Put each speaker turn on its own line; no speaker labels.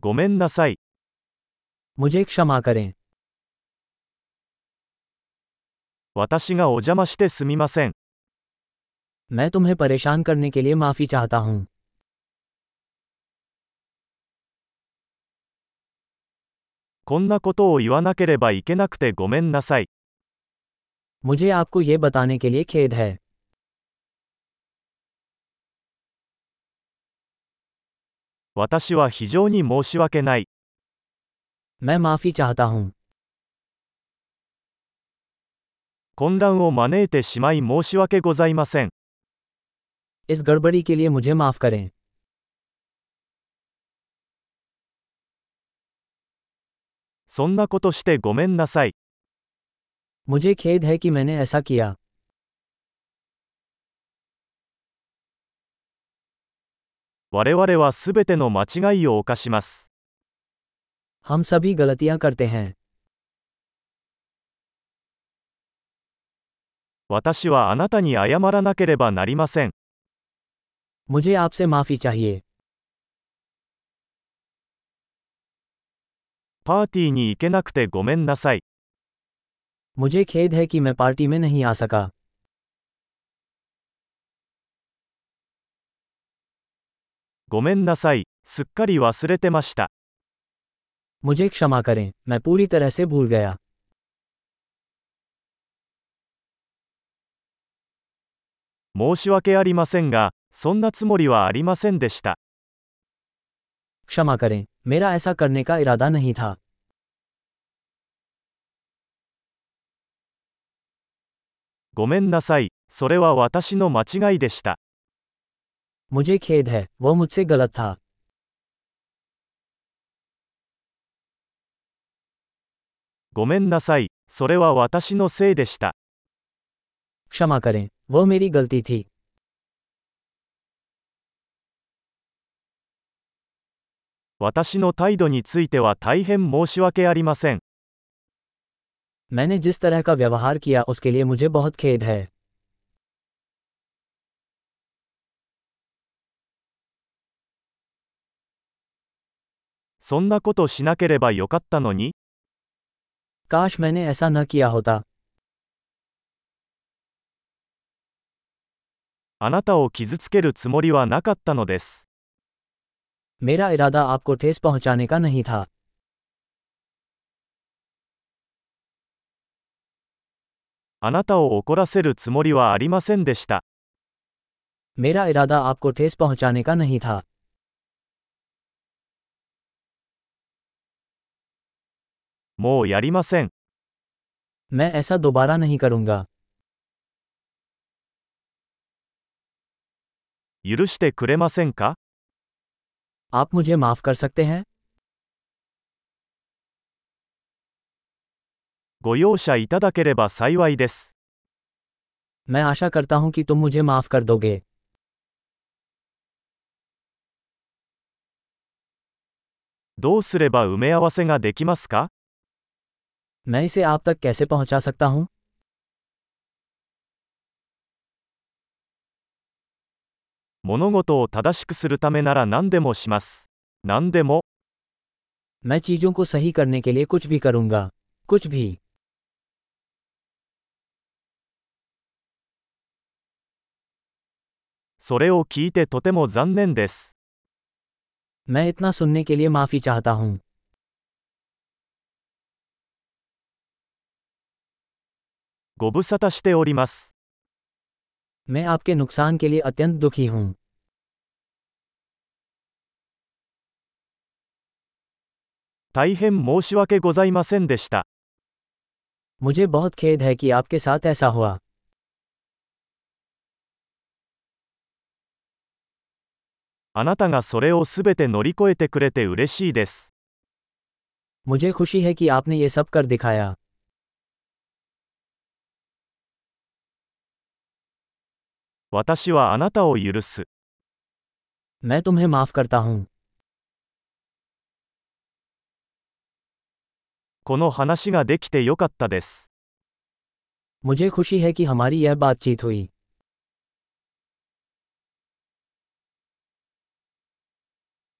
ごめんなさい。
मुझे क्षमा करें
私がお邪魔してすみません。
मैं तुम्हें परेशान करने के लिए माफ़ी चाहता हूँ
こんなことを言わなければいけなくてごめんなさい。
मुझे आपको ये बताने के लिए खेद है
私は非常に申し訳ない。
मैं माफ़ी चाहता हूँ
混乱を招いてしまい申し訳ございません。
इस गड़बड़ी के लिए मुझे माफ़ करें
そんなことしてごめんなさい。
मुझे खेद है कि मैंने ऐसा किया
我々はすべての間違いを犯します。
हम सभी गलतियाँ करते हैं
私はあなたに謝らなければなりません。
मुझे आपसे माफ़ी चाहिए
パーティーに行けなくてごめんなさい。
मुझे खेद है कि मैं पार्टी में नहीं आ सका
ごめんなさい。すっかり忘れてました。
मुझे क्षमा करें मैं पूरी तरह से भूल गया
申し訳ありませんが、そんなつもりはありませんでした。
क्षमा करें मेरा ऐसा करने का इरादा नहीं था
ごめんなさい。それは私の間違いでした。
मुझे खेद है वह मुझसे गलत था
ごめんなさい。それは私のせいでした。
क्षमा करें वह मेरी गलती थी
私の態度については大変申し訳ありません。
मैंने जिस तरह का व्यवहार किया उसके लिए मुझे बहुत खेद है
そんなことしなければよかったのに、
काश मैंने ऐसा न किया होता
あなたを傷つけるつもりはなかったのです。
मेरा इरादा आपको ठेस पहुंचाने का नहीं था
あなたを怒らせるつもりはありませんでした。
मेरा इरादा आपको ठेस पहुंचाने का नहीं था
もうやりません。
मैं ऐसा दोबारा नहीं करूंगा
許してくれませんか
आप मुझे माफ कर सकते हैं
ご容赦いただければ幸いです。
मैं आशा करता हूं कि तुम मुझे माफ कर दोगे
どうすれば埋め合わせができますか
मैं इसे आप तक कैसे पहुंचा सकता हूं
物事を正しくするためなら何でもします。何でも、
मैं चीजों को सही करने के लिए कुछ भी करूंगा कुछ भी
それを聞いてとても残念です。
मैं इतना सुनने के लिए माफी चाहता हूं
ご無沙汰しております。
मैं आपके नुकसान के लिए अत्यंत दुखी हूं
大変申し訳ございませんでした。
मुझे बहुत खेद है कि आपके साथ ऐसा हुआ
あなたがそれをすべて乗り越えてくれて嬉しいです。
मुझे खुशी है कि आपने ये सब कर दिखाया
私はあなたを許す。
मैं तुम्हें माफ करता हूँ
この話ができてよかったです。
मुझे खुशी है कि हमारी यह बातचीत हुई